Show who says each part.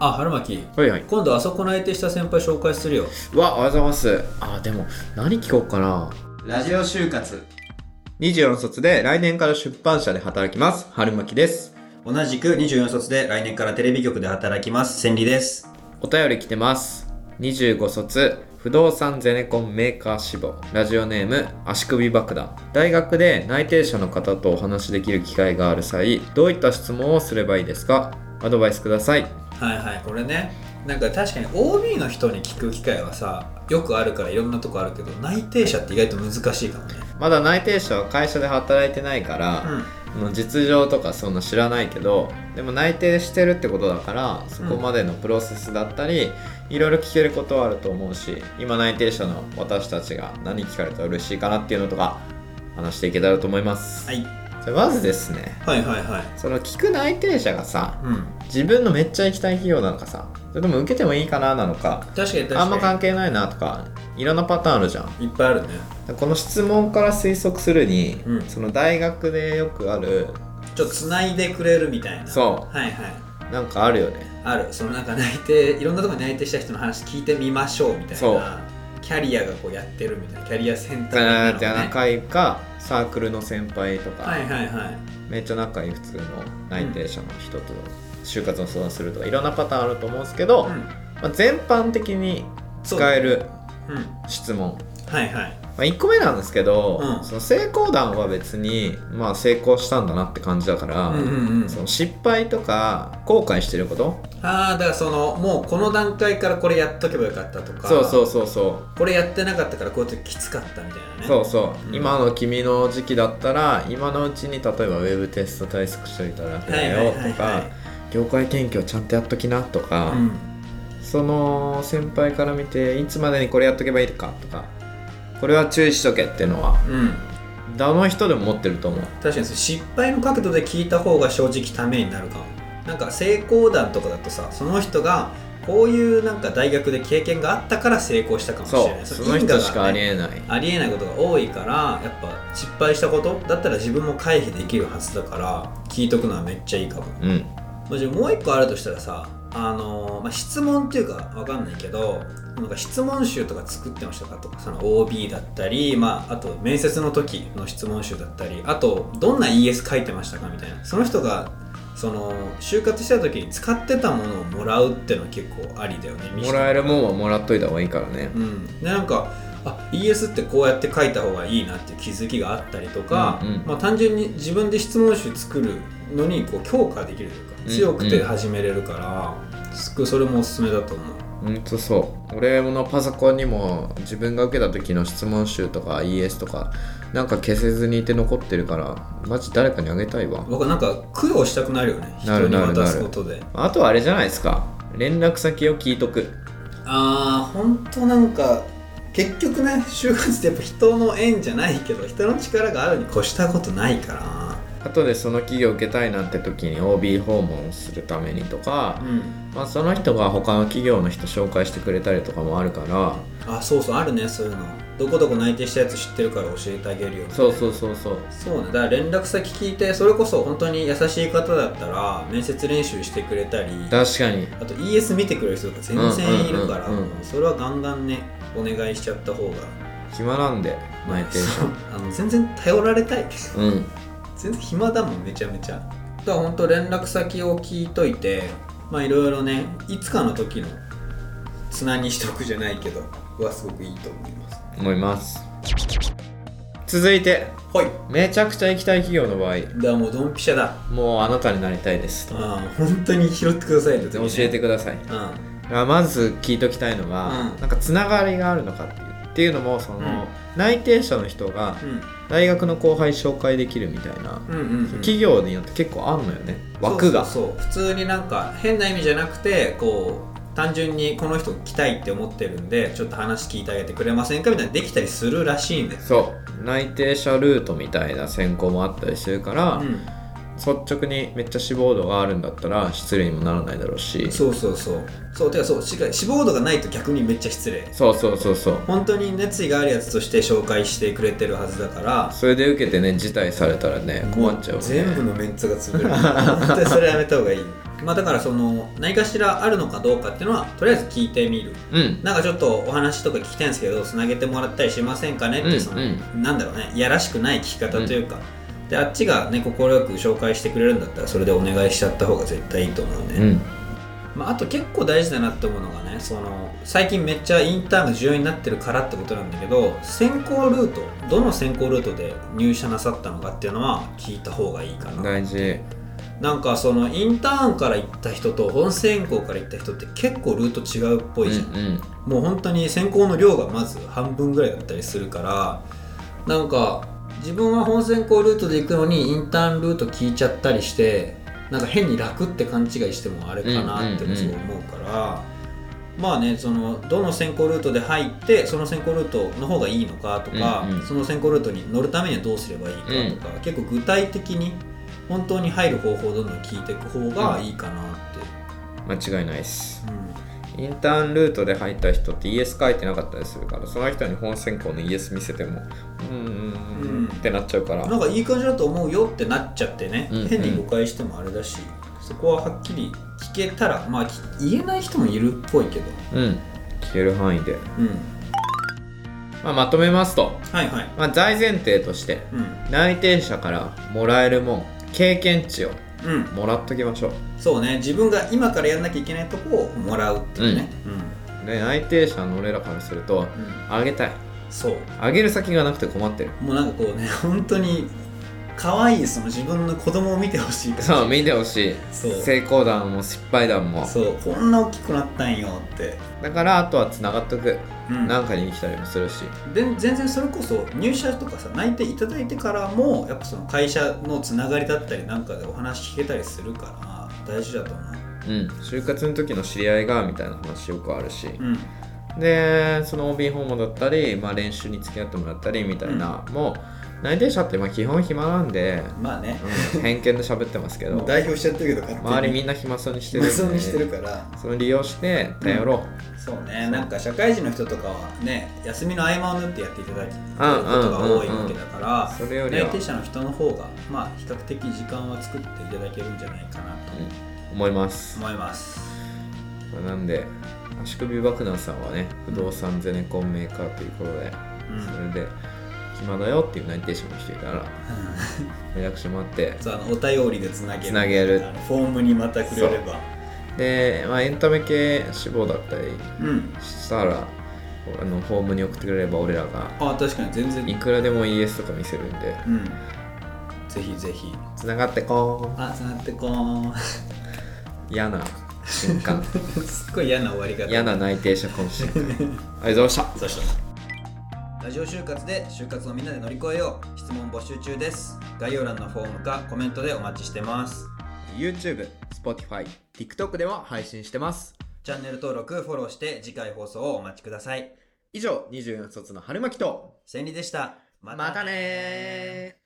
Speaker 1: あ春巻
Speaker 2: はいはい
Speaker 1: 今度あそこの相手した先輩紹介するよ
Speaker 2: わおはようございますあでも何聞こうかな
Speaker 3: ラジオ就活
Speaker 2: 24卒で来年から出版社で働きます春巻です
Speaker 3: 同じく24卒で来年からテレビ局で働きます千里です
Speaker 2: お便り来てます25卒不動産ゼネコンメーカー志望ラジオネーム足首爆弾大学で内定者の方とお話しできる機会がある際どういった質問をすればいいですかアドバイスください
Speaker 1: はいはいこれねなんか確かに OB の人に聞く機会はさよくあるからいろんなとこあるけど内定者って意外と難しいかもね
Speaker 2: まだ内定者は会社で働いてないか
Speaker 1: う
Speaker 2: ら、
Speaker 1: ん
Speaker 2: もう実情とかそんな知らないけどでも内定してるってことだからそこまでのプロセスだったり、いろいろ聞けることはあると思うし今内定者の私たちが何聞かれたら嬉しいかなっていうのとか話していけたらと思います、
Speaker 1: はい、
Speaker 2: じゃあまずですね
Speaker 1: はいはいはい
Speaker 2: その聞く内定者がさ
Speaker 1: うん
Speaker 2: 自分のめっちゃ行きたい企業なのかさそれとも受けてもいいかななのか
Speaker 1: 確かに確かに
Speaker 2: あんま関係ないなとかいろんなパターンあるじゃん
Speaker 1: いっぱいあるね
Speaker 2: この質問から推測するに、
Speaker 1: うん
Speaker 2: その大学でよくある
Speaker 1: ちょっとつないでくれるみたいな
Speaker 2: そ
Speaker 1: はいはい
Speaker 2: なんかあるよね
Speaker 1: あるそのなんか内定いろんなところに内定した人の話聞いてみましょうみたい
Speaker 2: そう
Speaker 1: なキャリアがこうやってるみたいなキャリアセンタ
Speaker 2: ガ
Speaker 1: ーみ
Speaker 2: ーって
Speaker 1: たいなのね
Speaker 2: 仲いいかサークルの先輩とか、
Speaker 1: はいはいはい
Speaker 2: めっちゃ仲いい普通の内定者の人と就活の相談するとかいろんなパターンあると思うんですけど、
Speaker 1: うん
Speaker 2: まあ、全般的に使える
Speaker 1: うん
Speaker 2: 質問、
Speaker 1: はいはい
Speaker 2: まあ、1個目なんですけど、
Speaker 1: うん
Speaker 2: その成功談は別に、まあ、成功したんだなって感じだから、
Speaker 1: うんうんうん
Speaker 2: その失敗とか後悔してること
Speaker 1: ああだからそのもうこの段階からこれやっとけばよかったとか
Speaker 2: そうそうそうそう
Speaker 1: これやってなかったからこうやってきつかったみたいなね
Speaker 2: そうそうう、
Speaker 1: ん
Speaker 2: 今の君の時期だったら今のうちに例えばウェブテスト対策しといたら楽だよ
Speaker 1: はいはいはいはい
Speaker 2: とか業界研究をちゃんとやっときなとか、
Speaker 1: うん
Speaker 2: その先輩から見ていつまでにこれやっとけばいいかとかこれは注意しとけっていうのは
Speaker 1: うん
Speaker 2: どの人でも持ってると思う
Speaker 1: 確かにその失敗の角度で聞いた方が正直ためになるかもなんか成功談とかだとさその人がこういうなんか大学で経験があったから成功したかもしれ
Speaker 2: そ
Speaker 1: ないうそ
Speaker 2: そ
Speaker 1: の
Speaker 2: の
Speaker 1: 因果
Speaker 2: 人
Speaker 1: が
Speaker 2: しかあり
Speaker 1: ね
Speaker 2: えない、
Speaker 1: ありえないことが多いからやっぱ失敗したことだったら自分も回避できるはずだから聞いとくのはめっちゃいいかも
Speaker 2: うん
Speaker 1: もしもう一個あるとしたらさあのーまあ、質問っていうかわかんないけどなんか質問集とか作ってましたかとかその OB だったり、まあ、あと面接の時の質問集だったりあとどんな ES 書いてましたかみたいなその人がその就活した時に使ってたものをもらうってのは結構ありだよね
Speaker 2: もらえ
Speaker 1: る
Speaker 2: るもんはもらっといた方がいいからね
Speaker 1: うんでなんかあ ES ってこうやって書いた方がいいなっていう気づきがあったりとか、
Speaker 2: うんうん
Speaker 1: まあ、単純に自分で質問集作るのにこう強化できるというか
Speaker 2: うん
Speaker 1: 強くて始めれるから、すくそれもおすすめだと思う
Speaker 2: うんとそう俺のパソコンにも自分が受けた時の質問集とか ES とかなんか消せずにいて残ってるからマジ誰かにあげたいわ
Speaker 1: 僕なんか供養したくなるよね
Speaker 2: な
Speaker 1: 人
Speaker 2: る
Speaker 1: に
Speaker 2: なる
Speaker 1: 渡すことで
Speaker 2: あとはあれじゃないですか連絡先を聞いとく
Speaker 1: ああ本当なんか結局ね就活ってやっぱ人の縁じゃないけど人の力があるに越したことないから
Speaker 2: 後でその企業受けたいなって時に OB 訪問するためにとか、
Speaker 1: うん
Speaker 2: まあ、その人が他の企業の人紹介してくれたりとかもあるから
Speaker 1: あそうそうあるねそういうのどこどこ内定したやつ知ってるから教えてあげるよ
Speaker 2: そうそうそうそう
Speaker 1: そうねだから連絡先聞いてそれこそ本当に優しい方だったら面接練習してくれたり
Speaker 2: 確かに
Speaker 1: あと ES 見てくれる人が全然いるから
Speaker 2: うんうんうんうん
Speaker 1: もうそれはガンガンねお願いしちゃった方が
Speaker 2: 暇なんで内定者
Speaker 1: あの全然頼られたい
Speaker 2: うん
Speaker 1: 全然暇だもんめちゃめちゃだから本当連絡先を聞いといてまあいろいろねいつかの時のつなにしとくじゃないけどはすごくいいと思います
Speaker 2: 思います続いて
Speaker 1: はい
Speaker 2: めちゃくちゃ行きたい企業の場合
Speaker 1: だからもうドンピシャだ
Speaker 2: もうあなたになりたいですと
Speaker 1: ああ本当に拾ってくださいって時
Speaker 2: 教
Speaker 1: ね
Speaker 2: えてください
Speaker 1: うん
Speaker 2: あまず聞いときたいのは、
Speaker 1: うん
Speaker 2: なんかつながりがあるのかっていうっていうのもその、
Speaker 1: うん
Speaker 2: 内定者の人が
Speaker 1: うん
Speaker 2: 大学の後輩紹介できるみたいな、
Speaker 1: うんうんうん
Speaker 2: 企業によって結構あんのよね枠が
Speaker 1: そうそうそう普通になんか変な意味じゃなくてこう単純にこの人来たいって思ってるんでちょっと話聞いてあげてくれませんかみたいなできたりするらしいんです
Speaker 2: そう内定者ルートみたいな選考もあったりするから、
Speaker 1: うん
Speaker 2: 率直にめっちゃ志望度があるんだったら失礼にもならないだろうし
Speaker 1: そうそうそうそうてかそうしか志望度がないと逆にめっちゃ失礼
Speaker 2: そうそうそうそう
Speaker 1: 本当に熱意があるやつとして紹介してくれてるはずだから
Speaker 2: それで受けてね辞退されたらね困っちゃうよね
Speaker 1: 全部のメンツが潰れる本当にそれやめた方がいいまあ、だからその何かしらあるのかどうかっていうのはとりあえず聞いてみる
Speaker 2: うん
Speaker 1: なんかちょっとお話とか聞きたいんですけどつなげてもらったりしませんかねっ
Speaker 2: うん
Speaker 1: てその、
Speaker 2: う
Speaker 1: なんだろうねいやらしくない聞き方というか、であっちがね快く紹介してくれるんだったらそれでお願いしちゃった方が絶対いいと思うんで、
Speaker 2: うん
Speaker 1: まあ、あと結構大事だなって思うのがねその最近めっちゃインターンが重要になってるからってことなんだけど選考ルートどの選考ルートで入社なさったのかっていうのは聞いた方がいいかな
Speaker 2: 大事
Speaker 1: なんかそのインターンから行った人と本選考から行った人って結構ルート違うっぽいじゃん、
Speaker 2: うん
Speaker 1: もう本当に選考の量がまず半分ぐらいだったりするからなんか自分は本選考ルートで行くのにインターンルート聞いちゃったりしてなんか変に楽って勘違いしてもあれかなって
Speaker 2: うんうんう
Speaker 1: そ
Speaker 2: ん
Speaker 1: う思うから、まあねそのどの選考ルートで入ってその選考ルートの方がいいのかとか、
Speaker 2: うんうん
Speaker 1: その選考ルートに乗るためにはどうすればいいかとか、結構具体的に本当に入る方法をどんどん聞いていく方がいいかなって。
Speaker 2: うん間違いないです
Speaker 1: うん
Speaker 2: インターンルートで入った人って ES 書いてなかったりするからその人に本選考の ES 見せてもうんうんうんってなっちゃうから
Speaker 1: なんかいい感じだと思うよってなっちゃってね、
Speaker 2: うんうん
Speaker 1: 変に誤解してもあれだしそこははっきり聞けたらまあき言えない人もいるっぽいけど、
Speaker 2: うん消える範囲で、
Speaker 1: うん、
Speaker 2: まあ、まとめますと、
Speaker 1: はいはい、
Speaker 2: まあ、大前提として
Speaker 1: うん
Speaker 2: 内定者からもらえるもん経験値を
Speaker 1: うん、
Speaker 2: もらっときましょう
Speaker 1: そうね自分が今からやんなきゃいけないとこをもらうっていうね、うん
Speaker 2: で内定者の俺らからすると
Speaker 1: うん
Speaker 2: あげたい
Speaker 1: そう
Speaker 2: あげる先がなくて困ってる
Speaker 1: もうなんかこうね 本当に可愛いその自分の子供を見てほしいから
Speaker 2: そう見てほしい
Speaker 1: そう
Speaker 2: 成功談も失敗談も
Speaker 1: そうこんな大きくなったんよって、
Speaker 2: だからあとはつながっとく
Speaker 1: うん、
Speaker 2: なんかに生きたりもするし
Speaker 1: で全然それこそ入社とかさ内定いただいてからもやっぱその会社のつながりだったりなんかでお話聞けたりするから大事だと思う
Speaker 2: うん就活の時の知り合いがみたいな話よくあるし
Speaker 1: うん
Speaker 2: でその OB 訪問だったり、まあ、練習に付き合ってもらったりみたいな、もう内定者ってまあ基本暇なんで、
Speaker 1: まあね
Speaker 2: うん偏見で喋ってますけ ど
Speaker 1: 代表しちゃってるけど勝手に
Speaker 2: 周りみんな暇そうにしてるんで
Speaker 1: 無双にしてるから
Speaker 2: その利用して頼ろ う、
Speaker 1: そうねなんか社会人の人とかはね休みの合間を縫ってやっていただきる
Speaker 2: うん
Speaker 1: ことが多いわけだから
Speaker 2: それより
Speaker 1: 内
Speaker 2: は
Speaker 1: 定者の人の方がまあ比較的時間は作っていただけるんじゃないかなと
Speaker 2: 思います、
Speaker 1: 思います
Speaker 2: まあなんで足首爆弾さんはね不動産ゼネコンメーカーということで、
Speaker 1: うん
Speaker 2: それで暇だよっていう内定者の人いたら連絡してもらって
Speaker 1: そうあのお便りでつなげる
Speaker 2: つなげる
Speaker 1: あのフォームにまたくれれば
Speaker 2: で、まあ、エンタメ系志望だったり
Speaker 1: うん
Speaker 2: したらあのホームに送ってくれれば俺らが
Speaker 1: あ確かに全然
Speaker 2: いくらでも ES とか見せるんで
Speaker 1: うんぜひぜひ
Speaker 2: つながってこ
Speaker 1: あつなってこー
Speaker 2: う嫌な 瞬間
Speaker 1: すっごい嫌な終わり方
Speaker 2: 嫌な内定者懇親会ありがとうございました
Speaker 1: そうしたラジオ就活で就活をみんなで乗り越えよう質問募集中です概要欄のフォームかコメントでお待ちしてます
Speaker 2: YouTube、Spotify、TikTok でも配信してます。
Speaker 1: チャンネル登録フォローして次回放送をお待ちください
Speaker 2: 以上、24卒の春巻きと、
Speaker 1: 千里でした
Speaker 2: またねー。